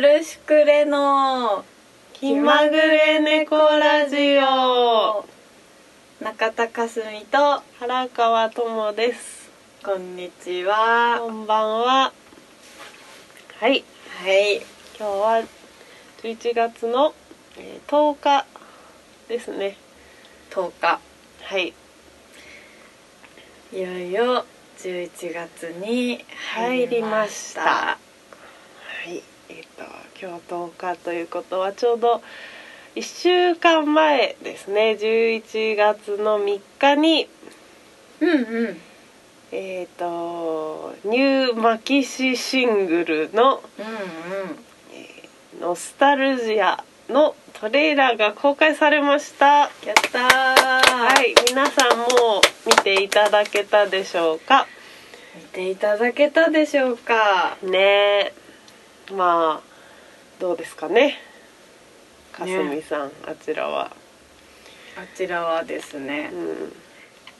るしくれの気まぐれ猫ラジオ中田かすみと原川智ですこんにちはこんばんははいはい今日は11月のえー10日ですね10日はいいよいよ11月に入りました入はいえっ、と今日10日ということはちょうど1週間前ですね11月の3日にうんうんえっ、とニューマキシシングルのうん「ノスタルジア」のトレーラーが公開されましたやったーははい皆さんもう見ていただけたでしょうか見ていただけたでしょうかねえまあどうですかねかすみさん、あちらはあちらはですね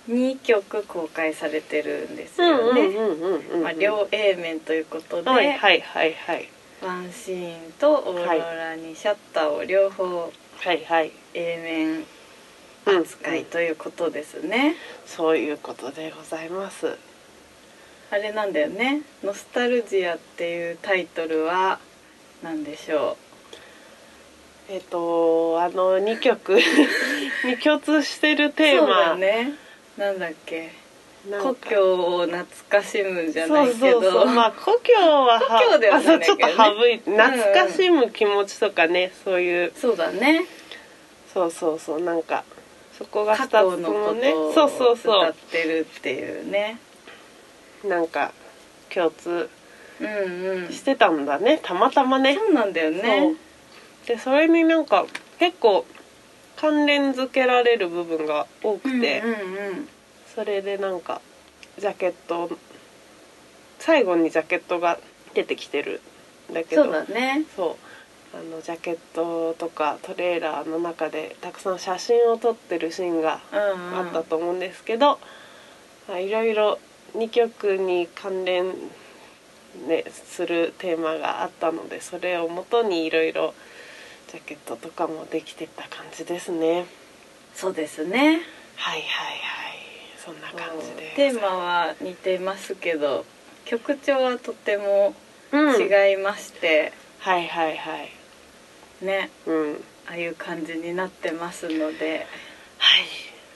うん2曲公開されてるんですうんようね、んうんうんうんまあ、両 A 面ということで、はいはいはいはいワンシーンとオーロラにシャッターを両方はいはい A 面うん扱いということですね、そういうことでございますあれなんだよね「ノスタルジア」っていうタイトルは何でしょえっ、とあの2曲 に共通してるうテーそうだマよねなんだっけなんか故郷を懐かしむじゃないけそうそうどそうまあ故郷はは故郷ではないんだけどねまあそうちょっと省いて懐かしむ気持ちとかね、そういうそうだねそうそうそうなんかそこが過2つ去とのもこねとをそうそう歌そってるっていうねうなんか共通うんうんしてたんだねたまたまねそうなんだよねそうでそれになんか結構関連づけられる部分が多くて、うんうんうんそれでなんかジャケット最後にジャケットが出てきてるんだけどそうだねそうあのジャケットとかトレーラーの中でたくさん写真を撮ってるシーンがうんうんあったと思うんですけど、まあいろいろ2曲に関連、ね、するテーマがあったのでそれをもとにいろいろジャケットとかもできてった感じですね。そうですねはいはいはいそんな感じでテーマは似てますけど曲調はとてもうん、違いまして、はいはいはい、ねうん、ああいう感じになってますのではい、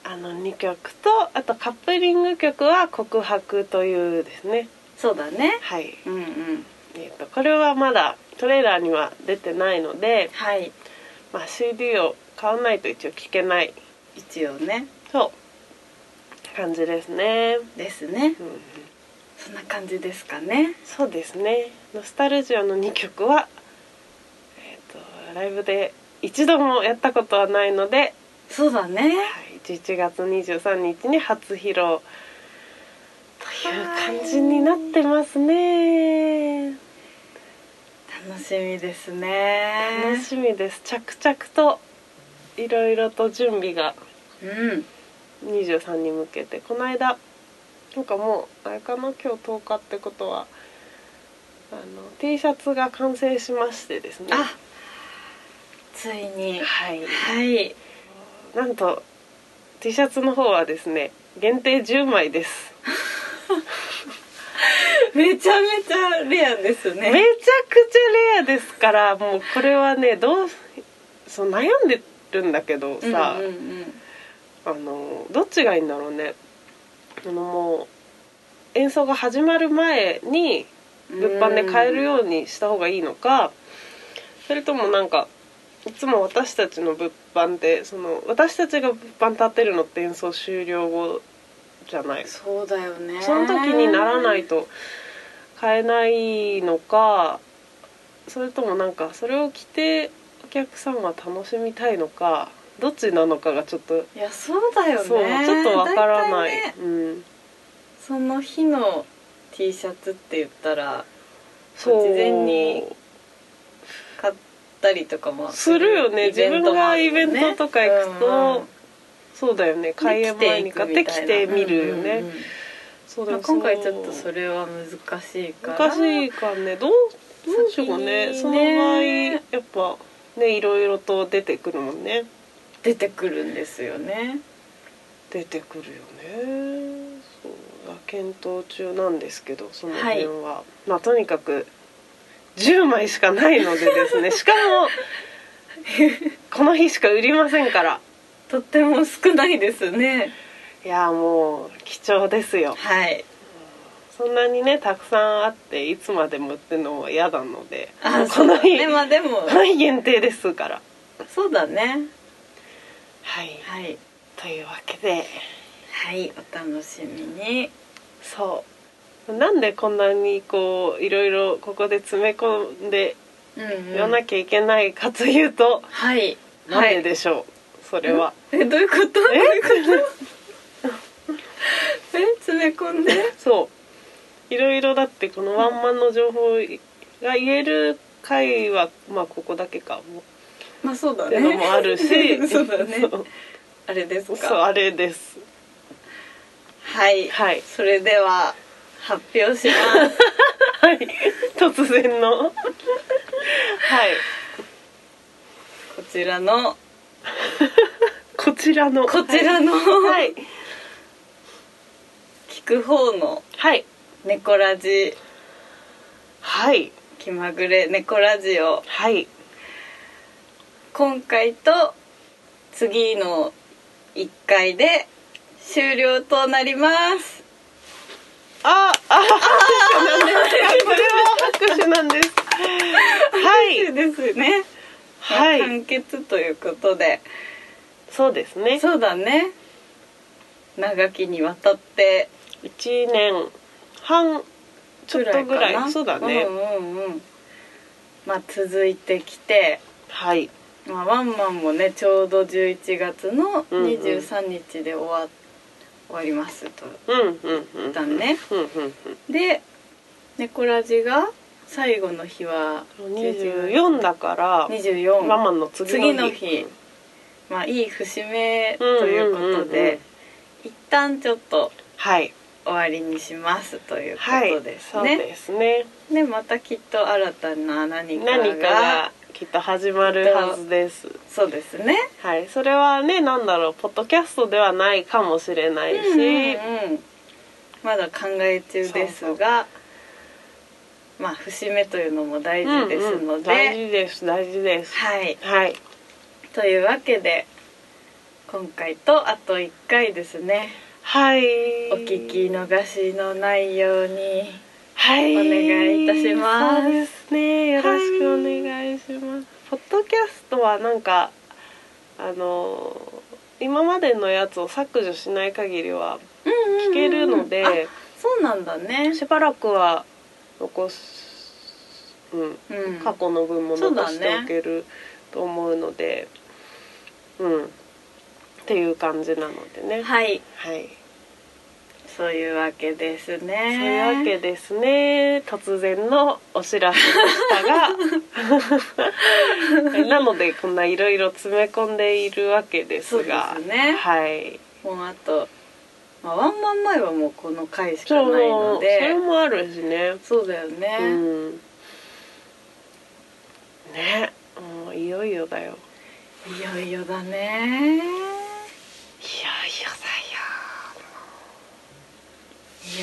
あの2曲とあとカップリング曲は「告白」というですねそうだねはい、うんうんえー、とこれはまだトレーラーには出てないので、はいまあ、CD を買わないと一応聴けない一応ねそう感じですね、ですねうん、そんな感じですかねそうですね「ノスタルジオ」の2曲は、えー、とライブで一度もやったことはないので、そうだねはい、11月23日に初披露という感じになってますね楽しみですね楽しみです着々といろいろと準備がうん23に向けてこの間なんかもうあれかな今日10日ってことはあの T シャツが完成しましてですねあついにはいはいなんと T シャツの方はですね限定10枚です、めちゃめちゃレアですめちゃねくちゃレアですからもうこれはねどうそう悩んでるんだけどさ、うんうんうんあのどっちがいいんだろうねあのもう演奏が始まる前に物販で買えるようにした方がいいのかそれともなんかいつも私たちの物販でその私たちが物販立てるのって演奏終了後じゃないそうだよねその時にならないと買えないのかそれともなんかそれを着てお客さんは楽しみたいのかどっちなのかがちょっといやそうだよねそうちょっとわからな大い、体ねうん、その日の T シャツって言ったらそう事前に買ったりとかもするよねイベントもあるもんね自分がイベントとか行くとうんうんそうだよね開演前に買ってきてみるよね、うんうんうんそうだまあよ今回ちょっとそれれは難しいから難しいからねどうどうでしょうかね先そにのね場合やっぱねいろいろと出てくるもんね出てくるんですよね出てくるよねそう検討中なんですけどその辺は、まあとにかく10枚しかないのでです ねしかもこの日しか売りませんからとっても少ないですねいやーもう貴重ですよはいそんなにねたくさんあっていつまでもってのは嫌なのであこそうのだ日、ねまあでもこの日限定ですからそうだねはいはいというわけではいお楽しみにそうなんでこんなにこういろいろここで詰め込んでうん、言わなきゃいけないかというと、はいなんはいででしょう、それは。えどういうことどういうことえ詰め込んで そういろいろだってこのワンマンの情報が言える回はまあここだけかもまあそうだっねてのもある しそうだねそうあれですそうかあれですはい、はいそれでは発表します はい突然のはいこちらのこちらのこちらのはい聞く方のはい猫ラジはい気まぐれ猫ラジオはい今回と次の1回で終了となりますああ拍手なんですこれも拍手なん ですはいですね、はい完結ということでそうですねそうだね長きにわたって1年半ちょっとぐらいかなそうだね、うんうんうんまあ続いてきて、はいまあ、ワンマンもねちょうど11月のうんうん23日で終わ,、終わりますとうんうんうんだねうんうんで猫ラジが最後の日はうん24だから24ママの次次のの日日まあいい節目ということで、うんうんうん一旦ちょっとはい終わりにしますというこはいとですそうね、ですねでまたきっと新たな何かが何かがきっと始まるはずですそうですねはいそれはねなんだろうポッドキャストではないかもしれないし、うんうんまだ考え中ですがまあ節目というのも大事ですうんうのんで、大事です大事ですはいはいというわけで今回とあと1回ですねはいお聞き逃しのないようにはい、お願いいたしますそうですね、よろしくお願いします。ポッドキャストはなんかあの今までのやつを削除しない限りは聞けるので、あそうなんだねしばらくは残す、うん、うん過去の分もそう残だねしておけると思うので、うん、っていう感じなのでね。はいはい。そういうわけですそういうわねけですね突然のお知らせ でしたがなのでこんないろいろ詰め込んでいるわけですがそうですねはいもうあと、まあ、ワンマン前はもうこの回しそかうないのそれでもあるしねそうだよね、うんねもういよいよだよいよいよいいよよだね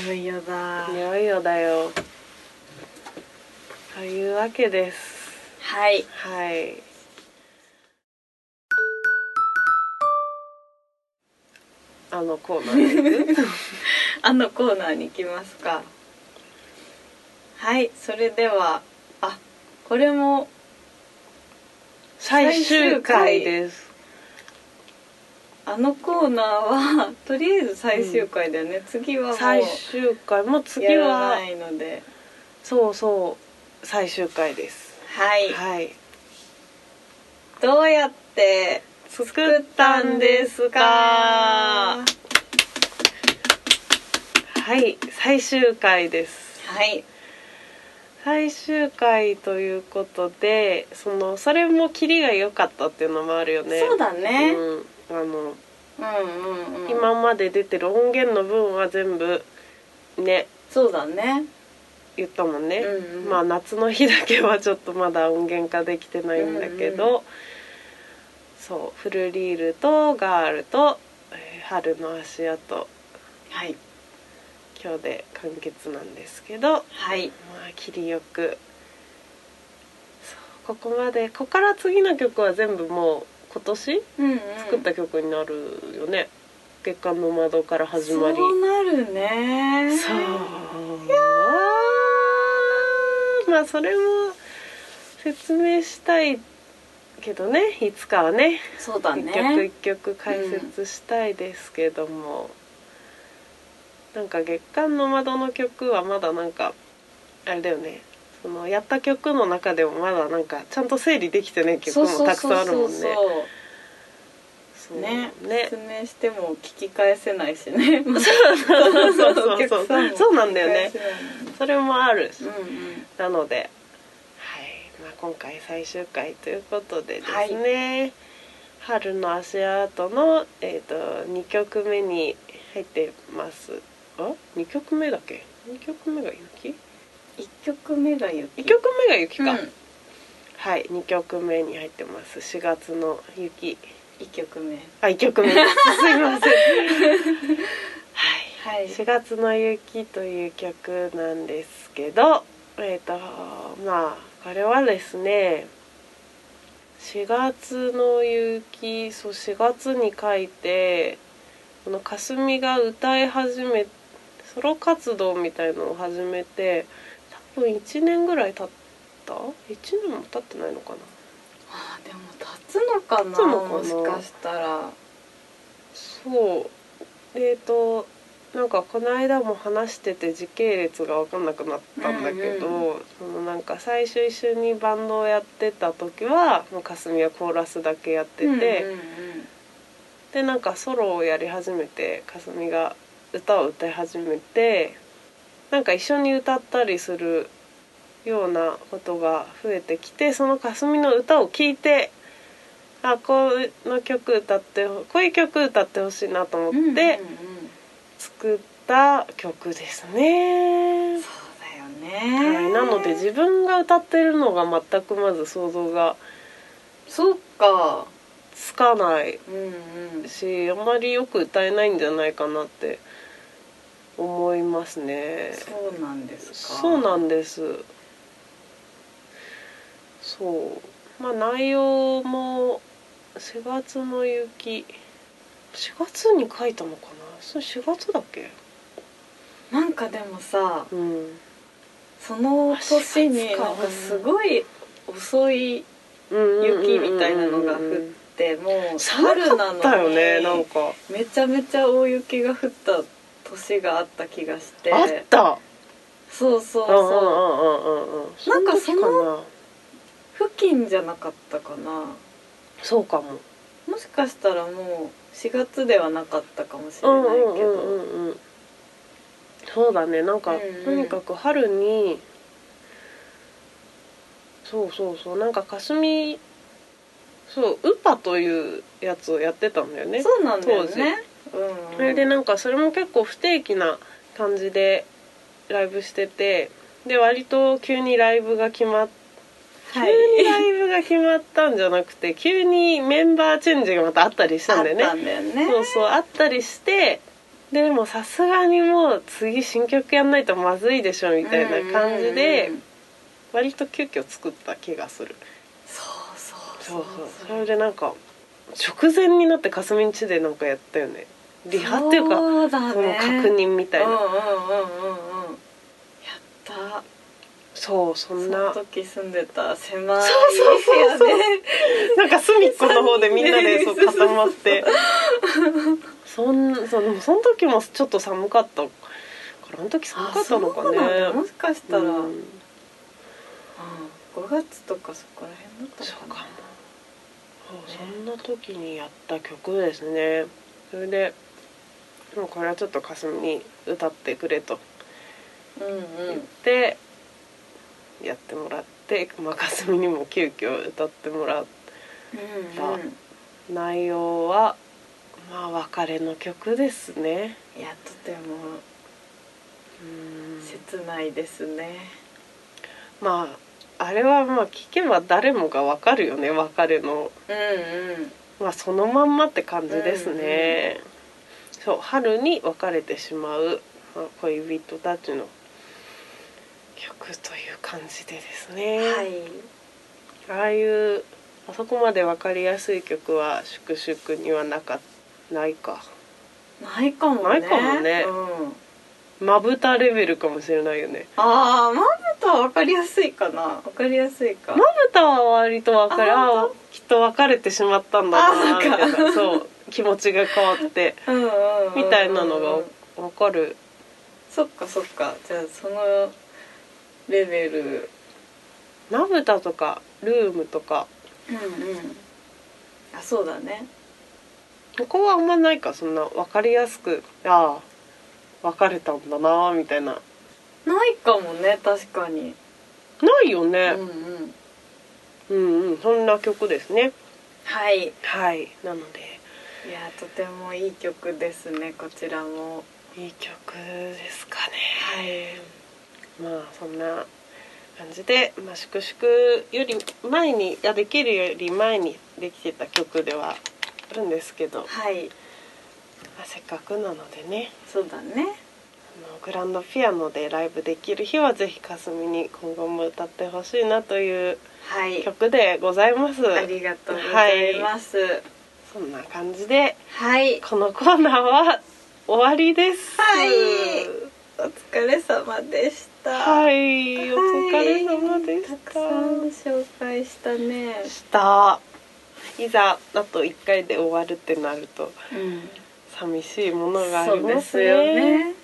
いよいよだだよいよいよだよというわけですはいはいあのコーナ ーですあのコーナーに行きますかはいそれではあこれも最終回ですあのコーナーは とりあえず最終回だよね、次はも最う終回もう次やらはないのでそうそう最終回ですはい、はいどうやって作作ったんですかははい最終回ですい最終回ということでそのそれもキリが良かったっていうのもあるよねそうだね、うん、あのうん、うんうん今まで出てる音源の分は全部ねそうだね言ったもんね、うんうんまあ夏の日だけはちょっとまだ音源化できてないんだけど、うんそうフルリールとガールと、えー春の足跡はい今日で完結なんですけどはいまあ切りよくそうここまでここから次の曲は全部もう今年うんうん作った曲になるよね、月刊の窓から始まりそうなるねそうまあそれも説明したいけどねいつかはねそうだ一曲一ね曲解説したいですけども、なんか月刊の窓の曲はまだなんかあれだよねそのやった曲の中でもまだなんかちゃんと整理できてない曲そうもそうたくさんあるそもんね。うそうそうねね説明しても聞き返せないし ね そうそう そうそうそうそうなんだよねそれもあるうし、んうんなので、はいまあ、今回最終回ということでですね、春の足跡の、えー、と2曲目に入ってますあ2曲目だっけ2曲目が雪一曲目が雪1曲目が雪か、うんはい2曲目に入ってます4月の雪一曲目あ1曲目です すいませんはいはい4月の雪という曲なんですけどえっ、とまあこれはですね4月の雪そう4月に書いてこのかすみが歌い始めソロ活動みたいのを始めて多分1年ぐらい経った1年も経ってないのかなあーでも立つのかな立つのかなもしかしたらそうえっ、となんかこの間も話してて時系列が分かんなくなったんだけど、うんそのなんか最初一緒にバンドをやってた時はもうかすみはコーラスだけやってて、うんうんでなんかソロをやり始めてかすみが歌を歌い始めてなんか一緒に歌ったりするようなことが増えてきてそのかすみの歌を聴いてあこの曲歌ってこういう曲歌ってほしいなとうん思うってんうんうん作った曲ですね。そうだよね、はい、なので自分が歌ってるのが全くまず想像がそっかつかないうんうんしあんまりよく歌えないんじゃないかなって思いますねそうなんですかそうなんですそうまあ内容も4月の雪4月に書いたのかなそれ4月だっけなんかでもさうんその年にあ四月かなんかすごい遅い雪みたいなのが降ってもう寒春かなったよのにねなんかめちゃめちゃ大雪が降った年があった気がしてあったそうそううんうんそううんうんうんなんかそのういう時かな付近じゃなかったかなそうかももしかしたらもう4月ではなかったかもしれうんなういんけうんどうんうんそうだねなんか、うんうんとにかく春にそうそうそうなんかかすみそうウパというやつをやってたんだよねそうなんだよねそうれんでなんかそれも結構不定期な感じでライブしててで割と急にライブが決まっ急はいにライブが決まったんじゃなくて急にメンバーチェンジがまたあったりしたんだよねあったんだよねそうそうあったりしてででもさすがにもう次新曲やんないとまずいでしょみたいな感じうんでうんうん割と急遽作った気がするそうそうそうそうそれでなんか直前になってかすみんちでなんかやったよねリハっていうかそうだねその確認みたいなうんうんうんうんうんやったそうそそんのな時住んでた狭いそう部屋でなんか隅っこの方でみん なでそう固まってそんそうでもその時もちょっと寒かったからあの時寒かったのかねあそうなんだもしかしたら、ううんん5月とかそこら辺だったそうのかかもなそうそんな時にやった曲ですねそれでもうこれはちょっとかすみに歌ってくれとうんう言んって、やってもらって、まあ、かすみにも急遽歌ってもらううんうん内容はまあ別れの曲ですねいやとてもうん切ないですねまああれはまあ聞けば誰もがわかるよね別れのうんうんまあそのまんまって感じですね、そう春に別れてしまうまあ恋人たちの曲という感じでですね、はいああいうあそこまで分かりやすい曲は粛々にはなかないかないかもねないかもねうん、まぶたレベルかもしれないよねああまぶたは分かりやすいかな分かりやすいかまぶたは割と分かるああ本あきっと別れてしまったんあだなみそたうかいなそう気持ちが変わってうんうん うんうんみたいなのが分かるそっかそっかじゃあそのレベルまぶたとかルームとかうんうんあそうだねここはあんまないかそんな分かりやすくああ別れたんだなみたいなないかもね確かにないようねん、うんうんうんそんな曲ですねはいいはいなのでやとてもいい曲ですねこちらもいい曲ですかはねいまあそんな感じで、まあ、粛々より前にいやできるより前にできてた曲ではあるんですけど、まはいあ、せっかくなのでねそうだねあのグランドピアノでライブできる日はぜひかすみに今後も歌ってほしいなというはい曲でございますありがとうございますそんな感じではい、このコーナーは終わりですはいお疲れ様でしたはいお疲れ様でしたはいたくさん紹介したねしたいざあと1回で終わるってなるとうん寂しいものがあそりうでますすよねね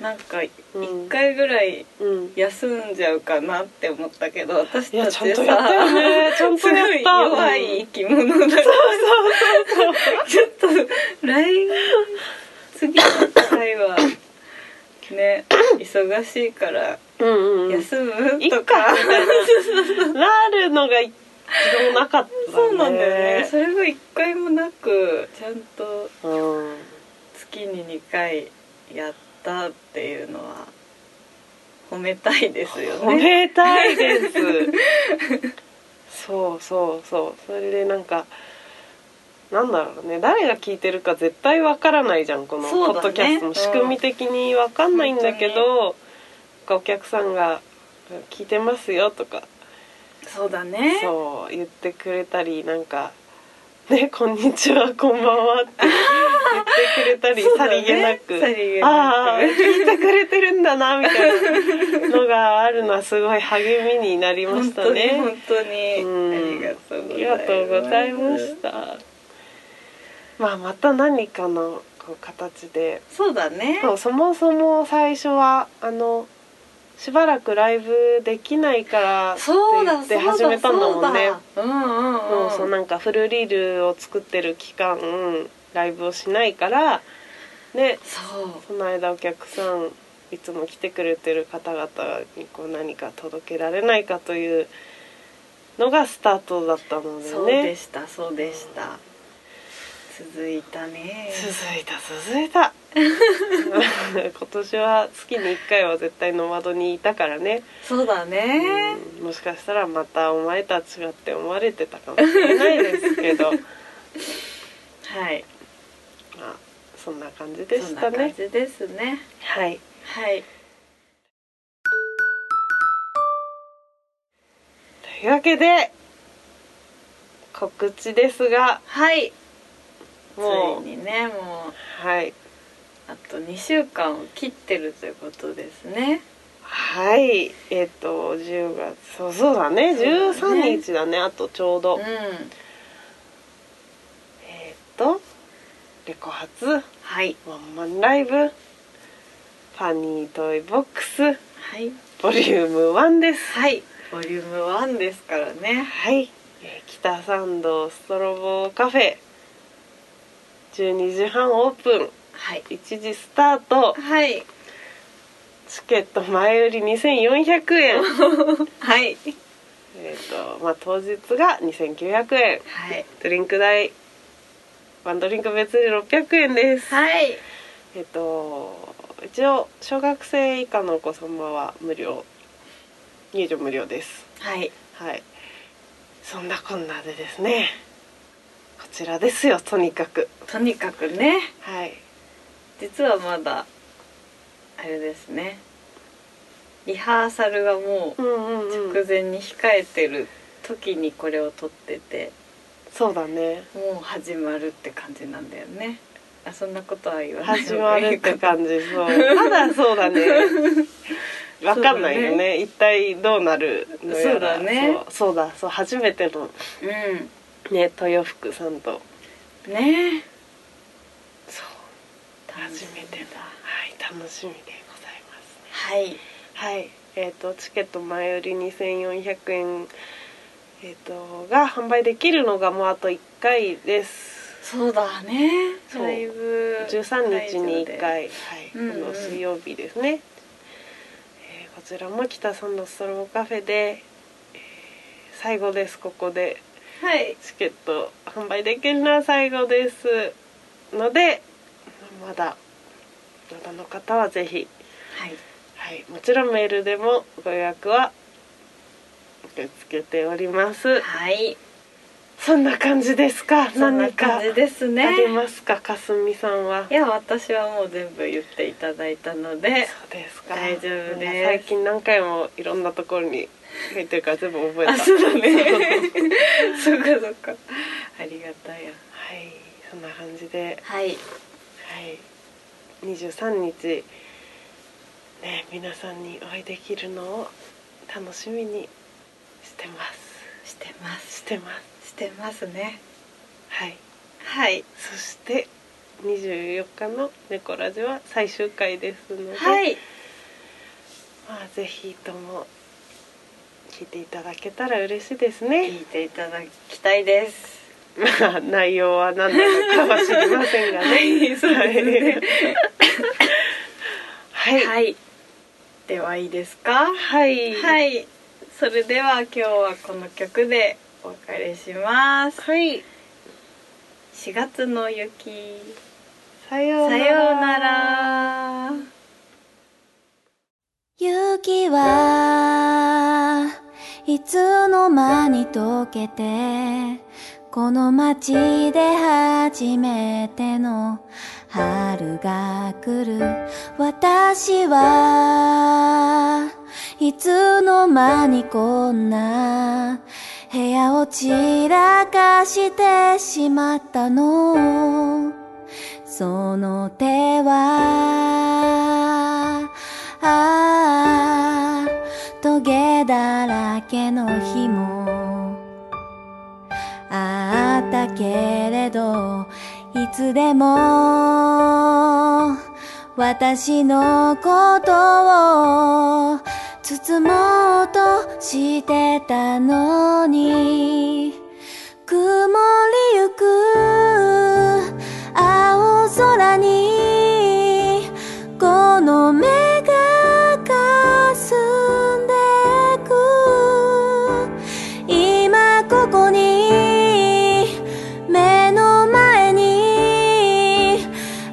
なんか一うん回ぐらいうん休んじゃうかなって思ったけど私いやたちゃんちとさやったよねちゃんすとごやいった弱い生き物だからちょっと来次の回はね忙しいからうんうんうん休むいっと かかみたいななるのが一度もなかったねそうなんだよねそれが一回もなくちゃんとうん月に2回やったっていうのは褒めたいです よおね。めでたいですそうそうそうそれでなんかなんだろうね誰が聞いてるか絶対わからないじゃんこのそうだねポッドキャストの仕組み的にわかんないんだけど、お客さんが「聞いてますよ」とかそうだねそう言ってくれたりなんか「ねこんにちはこんばんは」って 言ってくれたり、そうさだねりげなくさりげなくああ聞いてくれてるんだな」みたいなのがあるのはすごい励みになりま本した当にね。本当に、うんあありりががととううごござざいいまますした。まあまた何かのこう形でそうだねそうそもそも最初はあのしばらくライブできないからってそうだそ言っうてだ始めたんだもんね。そうだうんうんもううんそうなんかフルリールを作ってる期間ライブをしないからねそうその間お客さんいつも来てくれてる方々にこう何か届けられないかというのがスタートだったのでねそうでしたそうでした続いたね続いた続いた 今年は月に1回は絶対ノマドにいたからね、そうだねうんもしかしたらまたお前たちがって思われてたかもしれないですけど。 はいまあそんな感じでそんしなた感ね。じですねはい。はいというわけで告知ですが、はいもうついにねもうはいあと2週間を切ってるということですねはいえっ、と10月そうそうだねそうだね13日だねあとちょうど、うんえっ、とレコ発ワはいンマンライブパニートイボックスはいボリューム1です。はいボリューム1ですからねはい、えー北参道ストロボカフェ12時半オープン。はい1時スタートはいチケット前売り2400円 はいえっとまあ当日が2900円はいドリンク代ワンドリンク別で600円ですはいえっと一応小学生以下のお子様は無料入場無料ですはいはいそんなこんなでですねこちらですよとにかくとにかくねはい実はまだあれですねリハーサルがもうんうんうう直ん前に控えてる時にこれを撮っててそうだねもう始まるって感じなんだよねあそんなことは言わない始方まがるいっいてかな感じ そうまだそうだねわかんないよそうだね一体どうなるのやらそうだねそうそうだそう初めてうのね豊福さんとんねえそう楽し初みめてだはい楽しみでございますねはいはいえっ、とチケット前売り2400円えっ、とが販売できるのがもうあと1回ですそうだねそうライブ13日に1会回、はい、うんうんこの水曜日ですね、えーこちらも北さんのストロボカフェで、えー最後ですここで場ではいチケット販売できるのは最後ですのでまだまだの方はぜひ、はいはい、もちろんメールでもご予約は受け付けておりますはいそんな感じですかそんな何かあ感じですねりますかかすみさんはいや私はもう全部言っていただいたのでそうですか大丈夫ですなんか最近何回もいろんなところに書いてるから全部覚えたあそうだねそうかそうかありがたいやはいそんな感じではいはい23日ね皆さんにお会いできるのを楽しみにしてますしてますしてますしてますねはいはいそして24日の「猫ラジ」は最終回ですので、はいまあ、ぜひとも聞いていただけたら嬉しいですね聞いていただきたいですまあ 内容は何なのかは知りませんがね。はい そうですねはい。はい。はいではいいですかはい。はい。はいそれでは今日はこの曲でお別れします4月の雪さようさなら。ようなら雪はいつの間に溶けてこの街で初めての春が来る私はいつの間にこんな部屋を散らかしてしまったのその手は、ああ、トゲだらけの日もあったけれど、いつでも、私のことを包もうとしてたのに、曇りゆく青空にこの目が霞んでく今ここに目の前に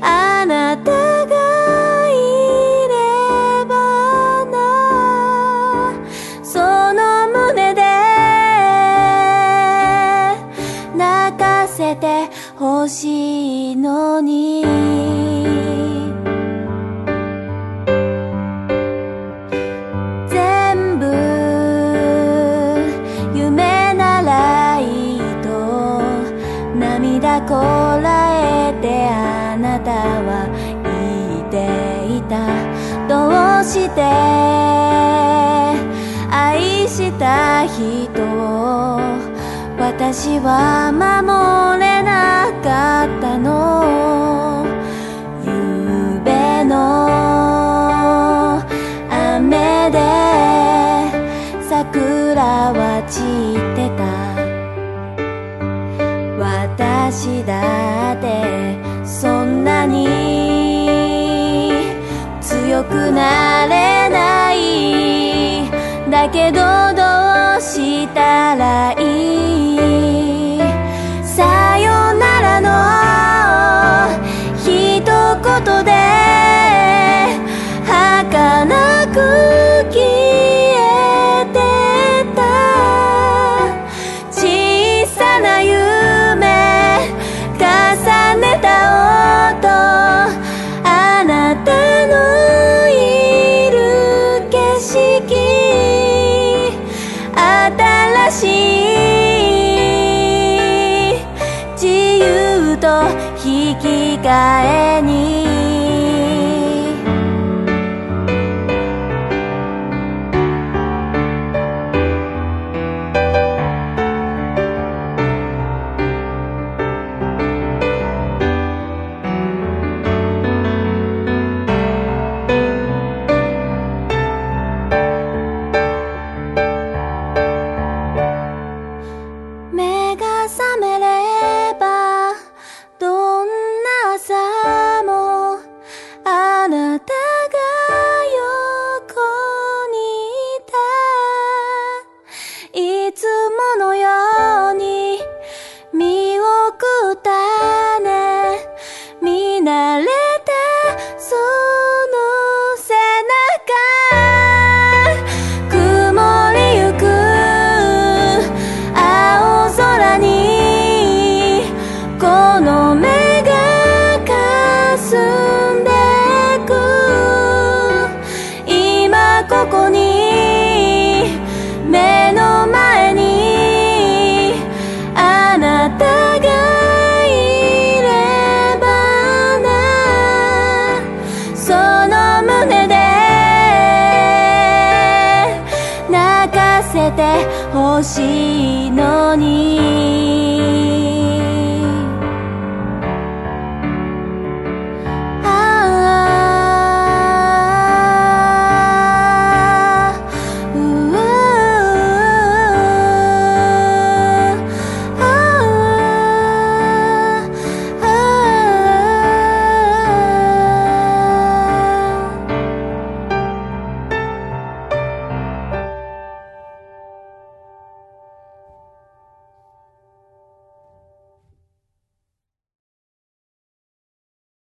あなたがいればなその胸で泣かせてほしいのに全部夢ならいいと涙こらえてあなたは言っていたどうして愛した人を私は守れなかったの夕べの雨で桜は散ってた私だってそんなに強くなれないだけどどうしたらいいさよならの一言で色新しい自由と引き換えに目が覚めればどんな朝もあなたが横にいたいつものように見送ったね見慣れたその背中曇りゆく青空にこの目が霞んでく今ここに目の前にあなたがいればなその胸で泣かせてほしいのに」